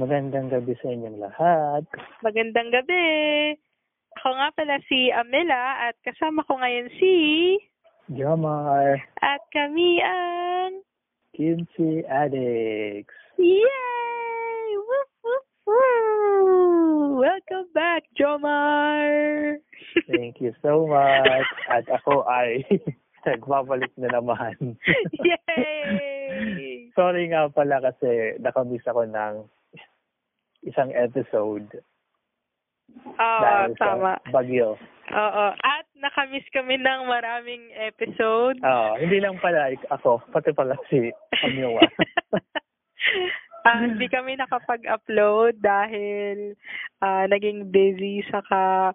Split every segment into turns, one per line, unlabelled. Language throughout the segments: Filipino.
Magandang gabi sa inyong lahat.
Magandang gabi. Ako nga pala si Amela at kasama ko ngayon si
Jomar,
at kami ang
Kimchi Addicts.
Yay! Woof, woof, woo! Welcome back, Jomar!
Thank you so much. At ako ay nagbabalik na naman.
Yay!
Sorry nga pala kasi nakamiss ako ng isang episode
Oo,
dahil
Ah, tama.
sa bagyo.
Oo. At nakamiss kami ng maraming episode.
Ah, hindi lang pala ik- ako, pati pala si Amiwa.
Ah, hindi
Mm.
kami nakapag-upload dahil ah, naging busy saka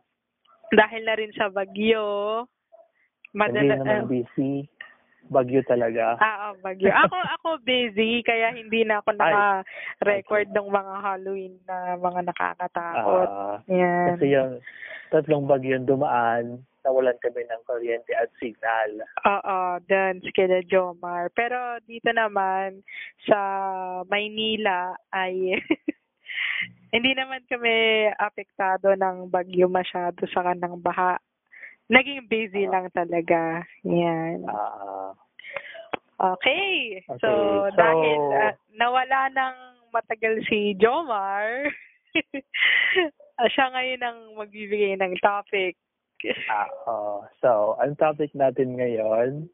dahil na rin sa bagyo.
hindi
Madala, eh.
naman busy. Bagyo talaga.
ah, oo, bagyo. Ako ako busy kaya hindi na ako naka-record ng mga Halloween na mga nakakatakot.
Ah,
Yan.
kasi yung tatlong bagyo yung dumaan, nawalan kami ng kuryente at signal.
Oo, dun sa kila Jomar. Pero dito naman sa Maynila ay hindi naman kami apektado ng bagyo masyado sa kanang baha. Naging busy lang talaga. Yan.
Ah,
Okay.
Okay,
So,
so-
dahil ah, nawala ng matagal si Jomar, ah, siya ngayon ang magbibigay ng topic.
ah, oh. So, ang topic natin ngayon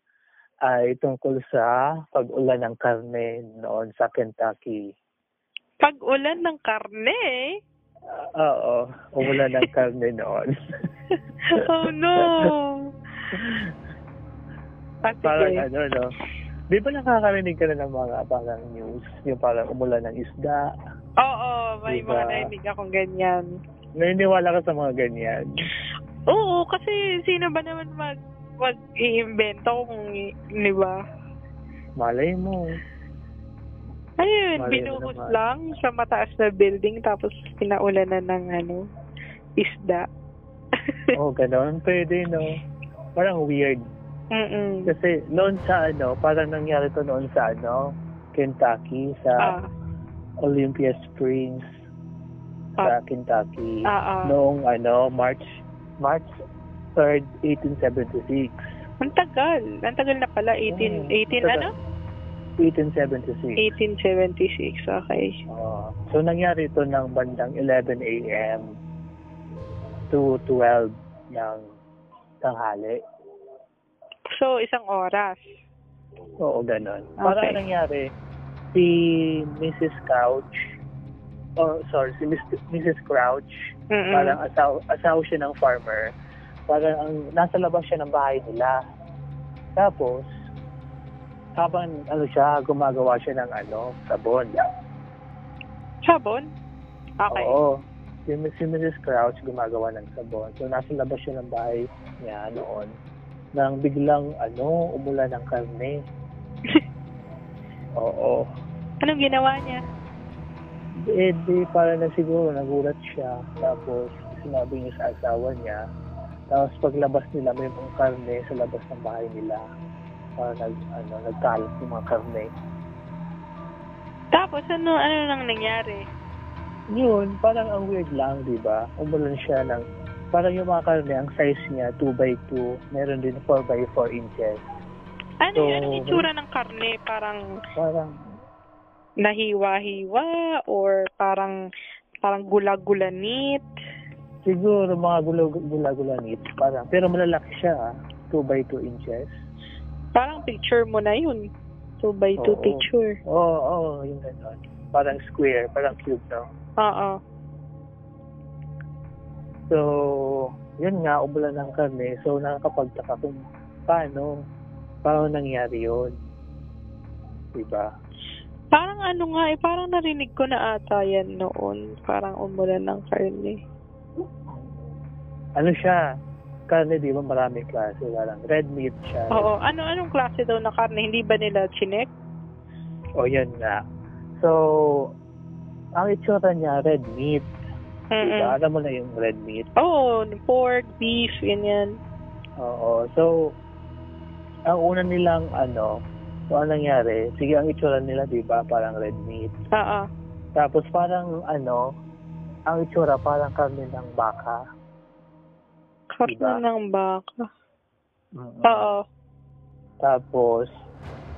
ay tungkol sa pag-ulan ng karne noon sa Kentucky.
Pag-ulan ng karne,
Ah, Oo, umulan ng karne noon.
oh no! Ah,
parang
sige.
ano, no? Di ba nakakarinig ka na ng mga parang news? Yung parang umulan ng isda.
Oo, may
Diba?
mga nainig akong ganyan.
Naniniwala ka sa mga ganyan.
Oo, kasi sino ba naman mag mag-iimbento kung, i- di ba?
Malay mo.
Ayun,
Malay mo
binuhos
ano naman.
lang sa mataas na building tapos pinaulan na ng ano, isda.
Oo, oh, ganun. Pwede, no? Parang weird.
Mm-mm.
Kasi noon sa ano, parang nangyari to noon sa ano, Kentucky, sa
Ah,
Olympia Springs
ah,
sa Kentucky
ah, ah.
noong ano March March 3rd 1876
Ang tagal. Ang tagal na pala. 18,
Mm,
18
tagal.
ano?
1876
1876. Okay.
Oo. Oh. so nangyari ito ng bandang 11 a.m. to 12 ng tanghali
So, isang oras.
oo ganon para
Okay.
nangyari si Mrs. Couch oh sorry si Mr. Mrs. Crouch
Mm-mm.
Parang asaw, asaw siya ng farmer. Parang ang, nasa labas siya ng bahay nila. Tapos, habang ano siya, gumagawa siya ng ano, sabon.
Sabon? Okay.
Oo. Si, si Mrs. Crouch gumagawa ng sabon. So, nasa labas siya ng bahay niya noon. Nang biglang, ano, umula ng karne. Oo.
Anong ginawa niya?
Eh, di, para na siguro, nagulat siya. Tapos, sinabi niya sa asawa niya. Tapos, paglabas nila, may mga karne sa labas ng bahay nila. Para nag, ano, nagkalat yung mga karne.
Tapos ano ano nang nangyari?
Yun, parang ang weird lang, di ba? Umulan siya ng, parang yung mga karne, ang size niya, 2 by 2 meron din 4 by 4 inches. So,
Ano ano yung itsura ng karne? Parang
Parang,
nahiwa-hiwa or parang parang gula-gulanit?
siguro mga gulag- gulagulanit. Parang, pero malalaki siya, ah. 2 by 2 inches.
Parang picture mo na yun. 2 by 2
Oo.
picture.
Oo, oo, yung ganon. Parang square, parang cube, no?
Oo.
So, yun nga, umulan ng kami. So, nakakapagtaka kung paano, paano nangyari yun. Diba?
Parang ano nga eh, parang narinig ko na ata yan noon. Parang umulan ng karne.
Ano siya? Karne, di ba, maraming klase. Parang red meat siya.
Oo. Ano anong klase daw na karne? Hindi ba nila chinek?
O, yun nga. So, ang itsura niya, red meat. Diba?
Mm-mm.
Alam mo na yung red meat.
Oo. Pork, beef, ganyan.
Oo. So, ang una nilang, ano, so, ang nangyari, sige, ang itsura nila, di ba, parang red diba, meat.
Oo.
Tapos parang ano, ang itsura parang karne ng baka.
Karton
Diba?
ng baka.
Mm-mm.
Oo.
Mm. Tapos,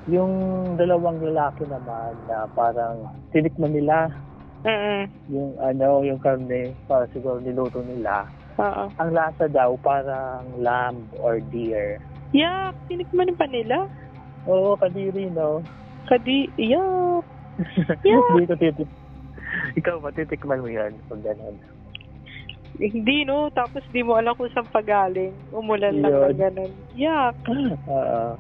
yung dalawang lalaki naman na parang tinikman nila
Mm-mm.
yung ano, yung karne, para siguro niluto nila.
Oo.
Ang lasa daw parang lamb or deer.
Yak! Tinikman pa nila?
Oo, kadiri, no?
Kadi, yak! Yeah.
Hindi ko titik. Ikaw ba, titikman mo yan pag ganun?
Hindi, no? Tapos di mo alam kung saan pagaling. Umulan lang
Yun.
na ganun. Yak!
Oo. Ah,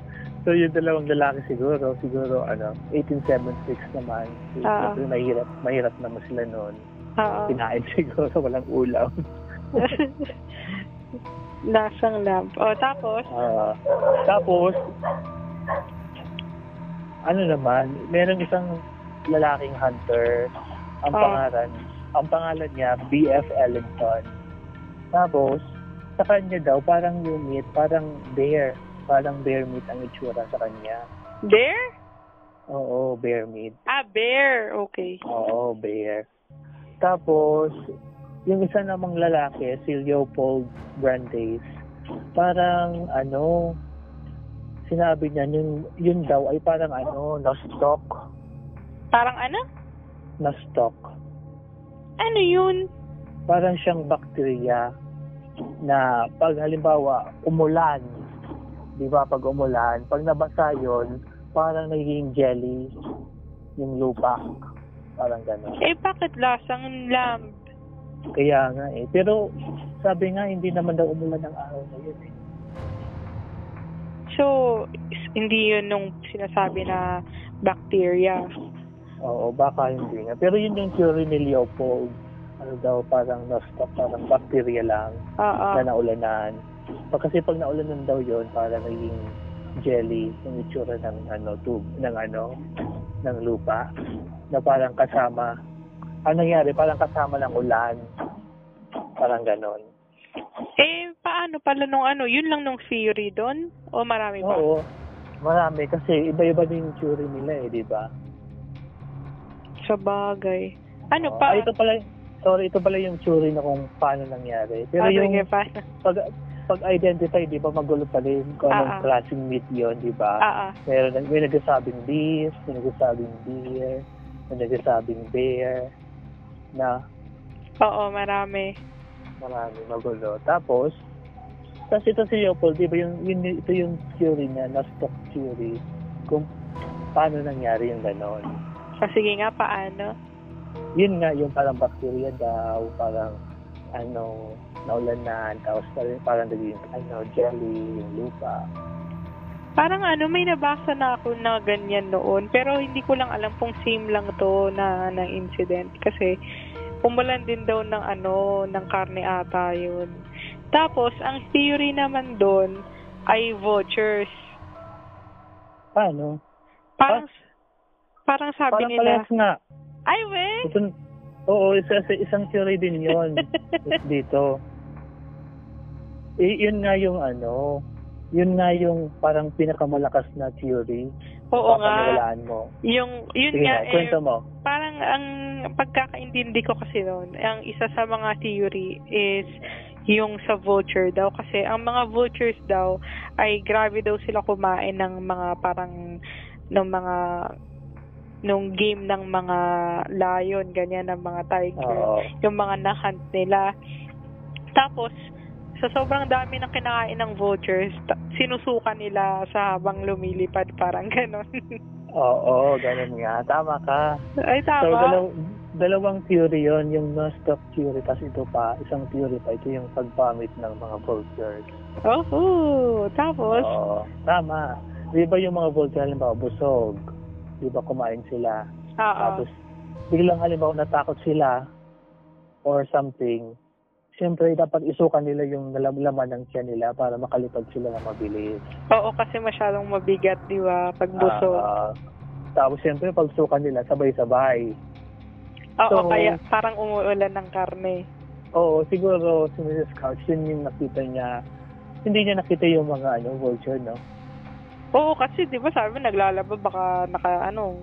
So, yung dalawang lalaki siguro, siguro, ano, 1876 naman. So,
Oo.
Siyempre, mahirap, mahirap naman sila noon.
Oo.
Kinain siguro, walang ulam.
Lasang lamp. O, tapos?
Ah, tapos, ano naman, merong isang lalaking hunter, ang
Ah.
pangalan, ang pangalan niya, BF Ellington. Tapos, sa kanya daw, parang yung meat, parang bear, parang bear meat ang itsura sa kanya.
Bear?
Oo, bear meat.
Ah, bear. Okay.
Oo, bear. Tapos, yung isa namang lalaki, si Leopold Brandes, parang ano, sinabi niya, yun, yun daw ay parang ano, na-stock.
Parang ano?
Na-stock.
Ano yun?
Parang siyang bakterya na pag halimbawa, umulan, di ba, pag umulan, pag nabasa yun, parang nagiging jelly yung lupa. Parang gano'n.
Eh, bakit lasang lamb?
Kaya nga eh. Pero sabi nga, hindi naman daw umulan ng araw na yun eh.
So, is- hindi yun nung sinasabi na bacteria.
Oo, baka hindi nga. Pero yun yung theory ni Leopold. Ano daw, parang nostok, parang bacteria lang
Oo.
na naulanan. Pag kasi pag naulanan daw yun, parang naging jelly yung itsura ng ano, tub, ng ano, ng lupa na parang kasama. Ang nangyari, parang kasama ng ulan. Parang ganon.
Eh, paano pala nung ano? Yun lang nung theory doon? O marami pa?
Oo. Marami kasi iba-iba din yung theory nila eh, di ba?
Sa bagay. Ano
Oo.
pa?
Ah, ito pala, sorry, ito pala yung theory na kung paano nangyari. Pero
Ah,
yung
sige, paano?
pag, pag-identify, di ba, magulo pa rin kung anong
Ah, ah.
klaseng meat yun, di ba?
Ah, ah.
Meron, may nagsasabing beef, may nagsasabing deer, may nagsasabing bear, na
Oo, marami.
marami magulo. Tapos, tapos ito si Leopold, di ba, yung, yun, ito yung theory niya, na stock theory, kung paano nangyari yung ganon.
Ah, sige nga, paano?
yun nga yung parang bacteria daw, parang ano, naulanan, tapos parang, parang naging ano, jelly, yung lupa.
Parang ano, may nabasa na ako na ganyan noon. Pero hindi ko lang alam kung same lang to na, na incident. Kasi umulan din daw ng ano, ng karne ata yun. Tapos, ang theory naman doon ay vultures.
Paano?
Parang, parang sabi
Ah. parang
nila,
parehas nga.
ay weh!
Ito, oo, isa, isa- isang theory din yun dito. Eh, yun nga yung ano, yun nga yung parang pinakamalakas na theory.
Oo nga.
Papaniwalaan mo.
Yung, yun
Sige nga,
nga, eh,
kwento mo.
parang ang pagkakaintindi ko kasi noon, ang isa sa mga theory is yung sa vulture daw kasi ang mga vultures daw ay grabe daw sila kumain ng mga parang ng mga nung game ng mga lion ganyan ng mga tiger
Oo.
yung mga na-hunt nila. Tapos, sa sobrang dami ng kinakain ng vultures, ta- sinusuka nila sa habang lumilipad, parang ganon.
Oo, ganun nga. Tama ka.
Ay,
So,
tama.
dalaw, dalawang theory yon yung non-stop theory, tapos ito pa, isang theory pa, ito yung pagpamit ng mga vultures.
Oh, tapos,
Oo. Tama. Di ba yung mga vultures, halimbawa, busog, di ba kumain sila,
oo.
tapos biglang halimbawa natakot sila or something, siyempre dapat isukan nila yung lam- laman ng tiyan nila para makalipad sila ng mabilis.
Oo, kasi masyadong mabigat, di ba? Pag buso.
Ah, tapos siyempre pag sukan nila, sabay-sabay.
Oo,
ah. so-
kaya parang umuulan ng karne.
Oo, siguro si Mrs. Couch, yun yung nakita niya. Hindi niya nakita yung mga ano, vulture, no?
Oo, kasi di ba sabi mo, naglalaba, baka naka, ano,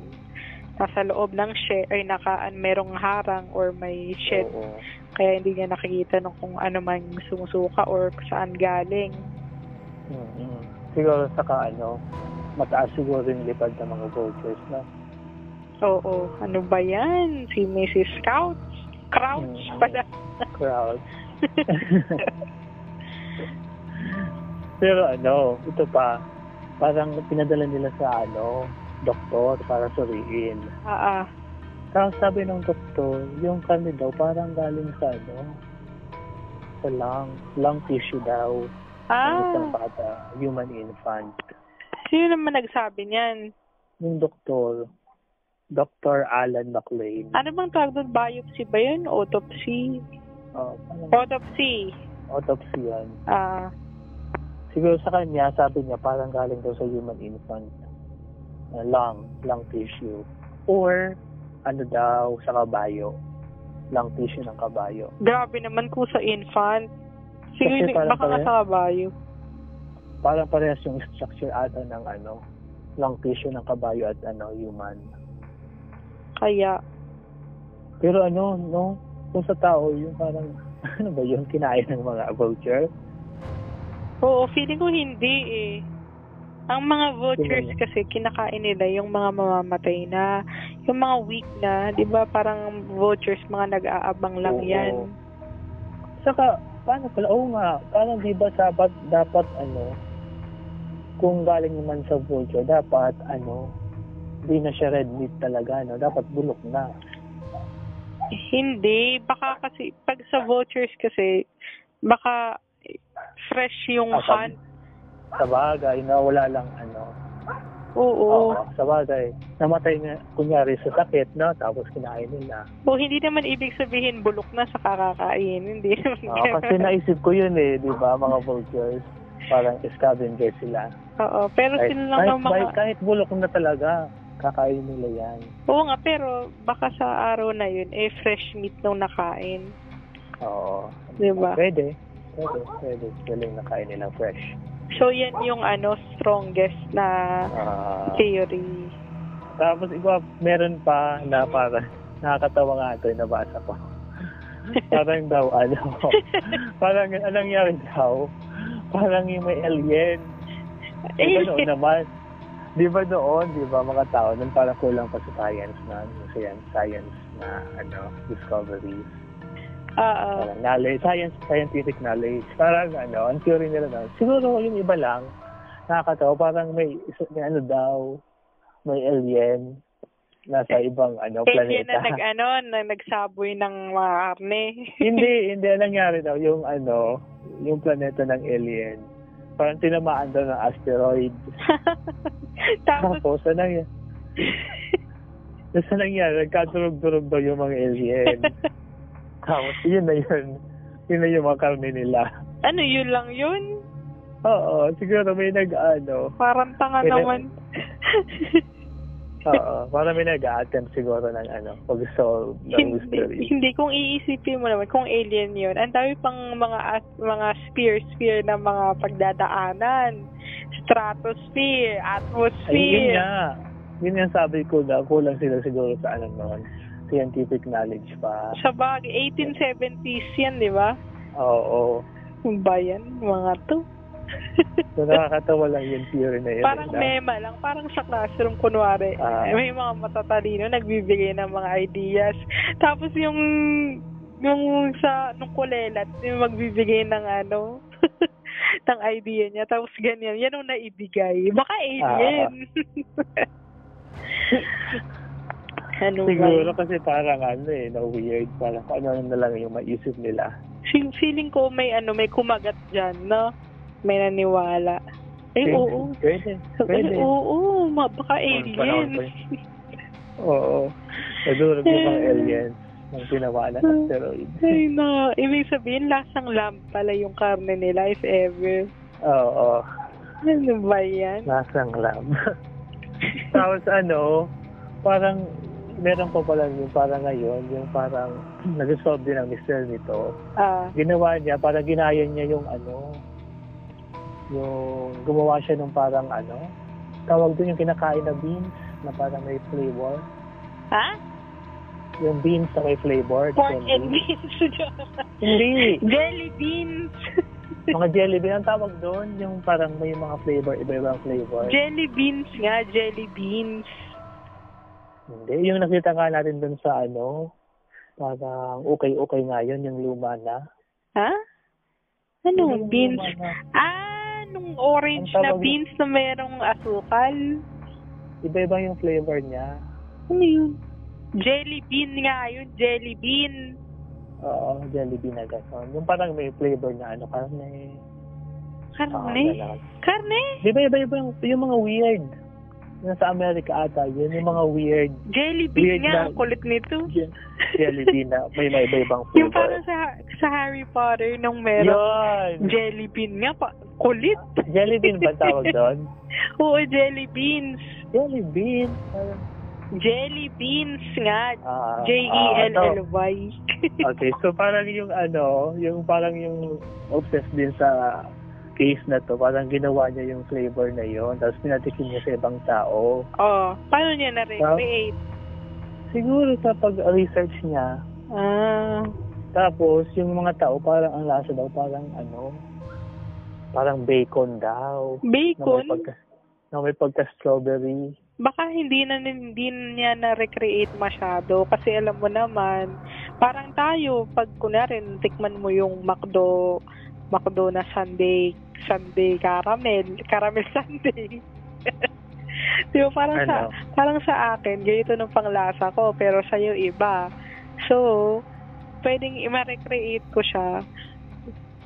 nasa loob ng shed ay nakaan merong harang or may shed
Oo.
kaya hindi niya nakikita nung kung ano man yung sumusuka or saan galing.
Mm-mm. Mm-hmm. Siguro saka ano, mataas siguro yung lipad ng mga vultures, no?
Oo, ano ba yan? Si Mrs. Crouch? Crouch
Mm.
pala.
Crowd. Pero ano, ito pa, parang pinadala nila sa ano, doktor para suriin.
Ah, ah.
Tapos sabi ng doktor, yung karne daw parang galing sa ano, sa lung, lung tissue daw ng isang
Ah,
bata, human infant.
sino naman nagsabi niyan?
Yung doktor, Dr. Alan McLean.
Ano bang tawag doon? Biopsy ba yun? Autopsy?
Oh, parang
Autopsy.
autopsy yan.
Ah,
Siguro sa kanya, sabi niya, parang galing daw sa human infant. Uh, lung, lung tissue. Or, ano daw, sa kabayo. Lung tissue ng kabayo.
grabe naman ko sa infant. Sige,
Kasi parang
baka nga
pare-
sa kabayo.
Parang parehas yung structure ata ng ano, lung tissue ng kabayo at ano, human.
Kaya,
Pero ano, no, kung sa tao, yung parang, ano ba yun, kinain ng mga vulture?
Oo, feeling ko hindi eh. Ang mga vultures
Hindi.
kasi kinakain nila yung mga mamamatay na, yung mga weak na, 'di ba? Parang vultures mga nag-aabang lang
Oo.
'yan.
Saka, paano pala? Oo nga, parang di ba dapat, dapat ano, kung galing naman sa vulture, dapat ano, di na siya red meat talaga, no? Dapat bulok na.
Hindi, baka kasi pag sa vultures kasi baka fresh yung
Ah, sabi-
hunt.
Sa bagay na wala lang ano.
Oo.
Oo, sa bagay. Namatay na, kunyari sa sakit, no? Tapos kinain nila.
O hindi naman ibig sabihin bulok na sa kakakain, hindi naman.
Oo, kasi
ganun.
naisip ko yun eh, di ba, mga vultures. Parang scavenger sila.
Oo, pero
Kahit,
sila lang
kahit,
ng mga
kahit, kahit bulok na talaga, kakain nila yan.
Oo nga, pero baka sa araw na yun, eh, fresh meat nung nakain.
Oo. Oh,
Di ba?
Pwede. Pwede, pwede. Galing na kain nila fresh.
So, yan yung ano, strongest na
Ah.
theory.
tapos iba, meron pa na para nakakatawa nga ito, yung nabasa ko. parang daw, ano, parang anong nangyari daw, parang yung may alien. Di
Eh,
ba noon naman? Di ba noon, di ba mga tao, nun parang kulang pa sa science na, science, science na, ano, discoveries.
Oo.
Parang Ah, knowledge, science, scientific knowledge. Parang ano, ang theory nila na, siguro yung iba lang, nakakatawa, parang may, isa- may ano daw, may alien, nasa ibang ano,
Alien
planeta.
na nag, ano, na nagsaboy ng mga karne.
hindi, hindi, ang nangyari daw, yung ano, yung planeta ng alien, parang tinamaan daw ng asteroid.
Tapos,
Tapos, ano nangyari? Tapos, ano nangyari? Nagkadurog-durog daw yung mga alien. Tapos, yun na yun. Yun na yung mga karne nila.
ano, yun lang yun?
Oo, siguro may ano, nag-ano.
Parang tanga
Kailan- Ah,
naman.
Oo, parang may nag-attempt siguro ng ano, pag-solve ng
hindi,
mystery.
hindi kung iisipin mo naman kung alien yun. Ang dami pang mga as- mga sphere sphere na mga pagdadaanan. Stratosphere,
Ay, yun
atmosphere.
nga. Yun nga sabi ko na kulang sila siguro sa ano noon. Scientific knowledge pa.
Sa bagay, 1870s yan, di ba?
Oo.
Yung bayan, mga to.
So, nakakatawa lang yung theory na yun. eh,
parang
na,
mema lang, parang sa classroom, kunwari,
Ah.
may mga matatalino, nagbibigay ng mga ideas. Tapos yung, yung sa, nung kulelat, yung magbibigay ng ano, ng idea niya. Tapos ganyan, yan ang naibigay. Baka
Ah,
alien. ano ba?
Siguro kasi parang ano eh, na-weird. Parang kung ano na lang yung maisip nila.
Feel- Feeling ko may ano, may kumagat dyan, no? May naniwala. Ay,
Pwede,
oo.
Pwede. Pwede.
Ay, oo, ma, baka
Panahon pa yun.
alien.
Oo. Nadurog yung mga aliens nang tinamaan ng asteroid.
Eh, Ay, na. Ibig sabihin, lasang lamb pala yung karne nila, if ever.
Oo.
Ano ba yan?
Nasang lab. Tapos ano, parang meron pa pala yung parang ngayon, yung parang nag-solve din ang mystery nito.
Ah,
Ginawa niya, parang ginaya niya yung ano, yung gumawa siya ng parang ano, tawag doon yung kinakain na beans na parang may flavor.
Ha?
Yung beans na may flavor.
Pork
chicken
and
beans.
beans.
Hindi.
Jelly beans.
Mga jelly bean, ang tawag doon, yung parang may mga flavor, iba-ibang flavor.
jelly beans nga, jelly beans.
Hindi, yung nakita nga natin doon sa ano, parang ukay-ukay nga yun, yung luma na.
Ha? Anong
Yung
Ano, beans?
luma na.
Ah, nung orange
ano? Ang
na
tawag-
beans na merong asukal.
Iba-iba yung flavor niya.
Ano yun? Jelly bean nga yun, jelly bean.
Oo, jelly bean na gano'n. Yung parang may flavor na ano, karne. Ah,
Karne?
gano'n.
Karne?
Di ba iba-iba yung, yung mga weird? Yung sa Amerika ata, yun yung mga weird
Jelly
Weird
bean nga,
lang.
ang kulit nito.
je- jelly bean na may may iba-ibang
Yung
flavor.
parang sa, sa Harry Potter nung merong
Yun!
jelly bean nga, pa, kulit.
Jelly bean ba tawag doon?
Oo, jelly beans.
Jelly bean. Parang,
Jelly beans nga.
ah,
E
ah, no.
J-E-L-L-Y.
Okay, so parang yung ano, yung parang yung obsessed din sa case na to, parang ginawa niya yung flavor na yon tapos pinatikin niya sa ibang tao.
oh, paano niya na-recreate?
Siguro sa pag-research niya,
Ah,
tapos yung mga tao parang ang lasa daw, parang ano, parang bacon daw. Na may
bacon?
pagka, na may pagka-strawberry.
Baka hindi na hindi niya na-recreate masyado kasi alam mo naman, parang tayo, pag kunwari, tikman mo yung McDo, McDo na Sunday, Sunday caramel, caramel Sunday. Di ba, parang sa,
Ano?
parang sa akin, ganito nung panglasa ko, pero sa'yo iba. So, pwedeng i-recreate ko siya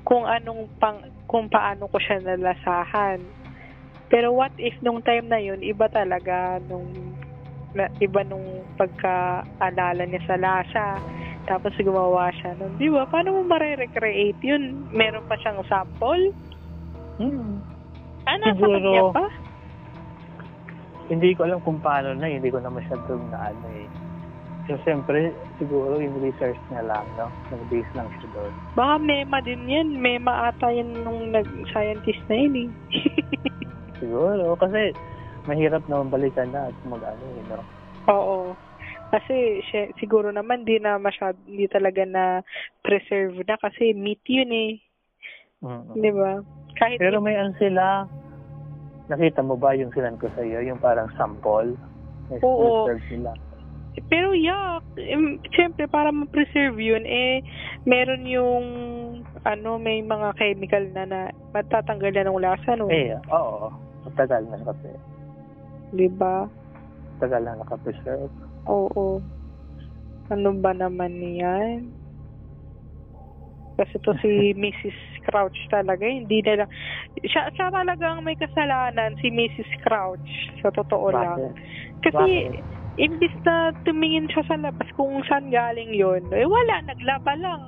kung anong pang, kung paano ko siya nalasahan. Pero what if nung time na yun, iba talaga nung na, iba nung pagkaalala niya sa lasa. Tapos gumawa siya nun. Di ba? Paano mo mare-recreate yun? Meron pa siyang sample?
Hmm.
Ah, nasa
Siguro-
kanya pa?
Hindi ko alam kung paano na, hindi ko na masyadong na ano eh. So, siyempre, siguro yung research niya lang, no? Nag-base lang siya doon.
Baka mema din yan. Mema ata yan nung nag-scientist na yun eh.
Siguro, kasi mahirap naman balikan na at mag-ano, eh, you know.
Oo. Kasi siya- siguro naman di na masyad, di talaga na preserve na kasi meat yun eh. Di ba? Kahit
Pero may ano sila, nakita mo ba yung sinan ko sa'yo, yung parang sample? May
Oo.
reserve sila.
Pero yuck, Em, syempre para ma-preserve yun, eh, meron yung, ano, may mga chemical na na matatanggal na ng lasa, no?
Eh, oo. Tagal na kasi.
Di ba?
Tagal na nakapreserve.
Oo. Ano ba naman yan? Kasi to si Mrs. Crouch talaga, hindi na lang. Siya, siya talaga ang may kasalanan, si Mrs. Crouch, sa totoo lang.
Bakit?
Kasi,
Bakit?
imbis na tumingin siya sa labas kung saan galing yon eh wala, naglaba lang.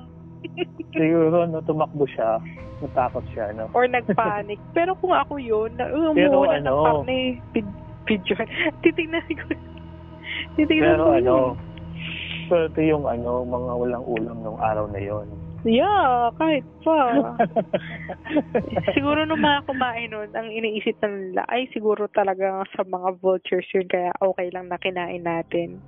Siguro, no, tumakbo siya, natakot siya, no?
or nagpanic. Pero kung ako yun, na- umuuna
Pero
ng
ano?
karne, pid- pidyon. Titignan ko. Titignan
Pero
ko yun.
ano, swerte yung ano, mga walang ulam nung araw na yon.
Yeah, kahit pa. Ah. siguro nung mga kumain nun, ang iniisip na nila, ay siguro talaga sa mga vultures yun, kaya okay lang na kinain natin.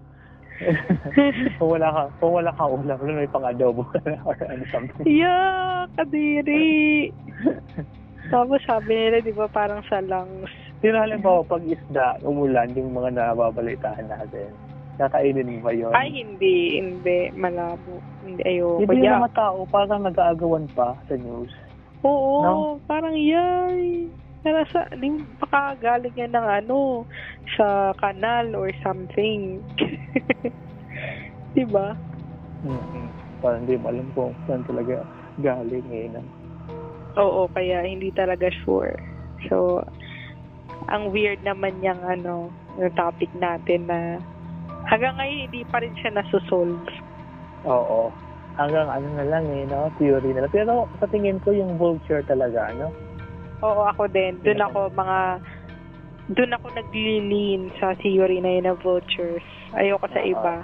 kung wala ka, kung wala ka ulam, nun may pang-adobo ka na or ano something.
Yeah, kadiri. Tapos sabi nila, di ba, parang sa lungs.
Sino halimbawa pag isda, umulan, yung mga nababalitaan natin, kakainin mo ba yun?
Ay, hindi, hindi, malabo. Hindi, ayoko.
Hindi
Yeah.
yung mga tao, parang nag-aagawan pa sa news.
Oo,
No?
parang yay. Pero sa, di, baka galing yan ng ano, sa kanal or something. diba?
mm Parang hindi mo alam kung saan talaga galing eh. No?
Oo, kaya hindi talaga sure. So, ang weird naman yung ano, yung topic natin na hanggang ngayon hindi pa rin siya nasusolve.
Oo. Hanggang ano na lang eh, no? Theory na lang. Pero sa tingin ko yung vulture talaga, no?
Oo, ako din. Doon ako mga doon ako naglilin sa theory na yun na vultures. Ayoko sa
Oo.
iba.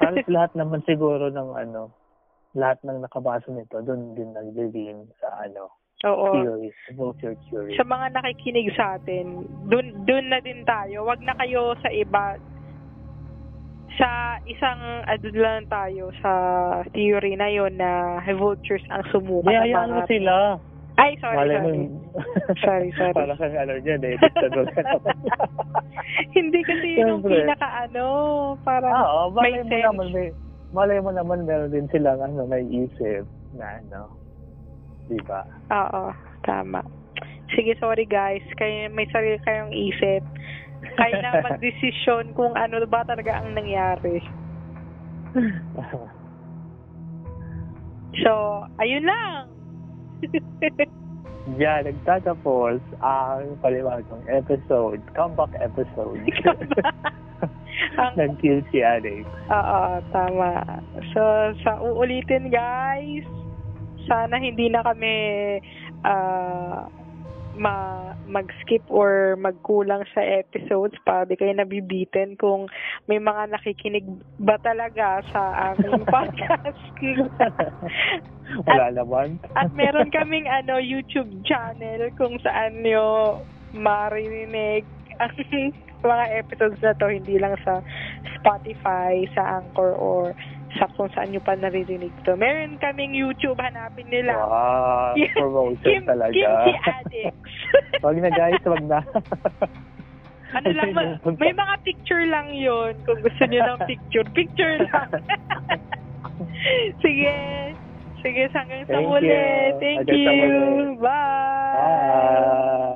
Halos lahat naman siguro ng ano, lahat ng nakabasa nito, doon din nagbibigin sa ano,
Oo.
theory, vulture theory.
sa mga nakikinig sa atin, dun, dun na din tayo. Wag na kayo sa iba. sa isang ano lang tayo sa theory na yon na vultures ang sumuka
Hindi,
ng
hayaan mo
mga-
sila.
Ay, sorry,
Malay mo.
sorry. Sorry, sorry.
Para kang ano niya, David Sadol.
Hindi kasi yun yung
Siyempre.
pinaka ano, parang
Ah, Oo, malay
may
mo
sense.
naman, may, malay mo naman meron din silang ano, may isip na ano, di ba?
Oo, tama. Sige, sorry guys. Kaya may sarili kayong isip. Kayo na magdesisyon kung ano ba talaga ang nangyari. So, ayun lang.
Diyan, nagtatapos ang paliwagong episode, comeback episode.
ang,
Nag-kill si Alex.
oo, tama. So, sa uulitin guys, sana hindi na kami ah, ma mag-skip or magkulang sa episodes para di kayo nabibitin kung may mga nakikinig ba talaga sa aming podcast.
Wala naman.
At meron kaming ano YouTube channel kung saan nyo maririnig ang mga episodes na to hindi lang sa Spotify, sa Anchor or sa kung saan nyo pa naririnig to. Meron kaming YouTube, hanapin nila.
Wow,
Kim-
promotion
Kim,
talaga.
Kim si Addicts.
Wag na guys, wag na.
ano lang, ma- may mga picture lang yon Kung gusto niyo ng picture, picture lang. Sige. Sige, hanggang sa
Thank
muli.
you.
Thank
Hanggang sa
you.
muli.
Bye.
Bye.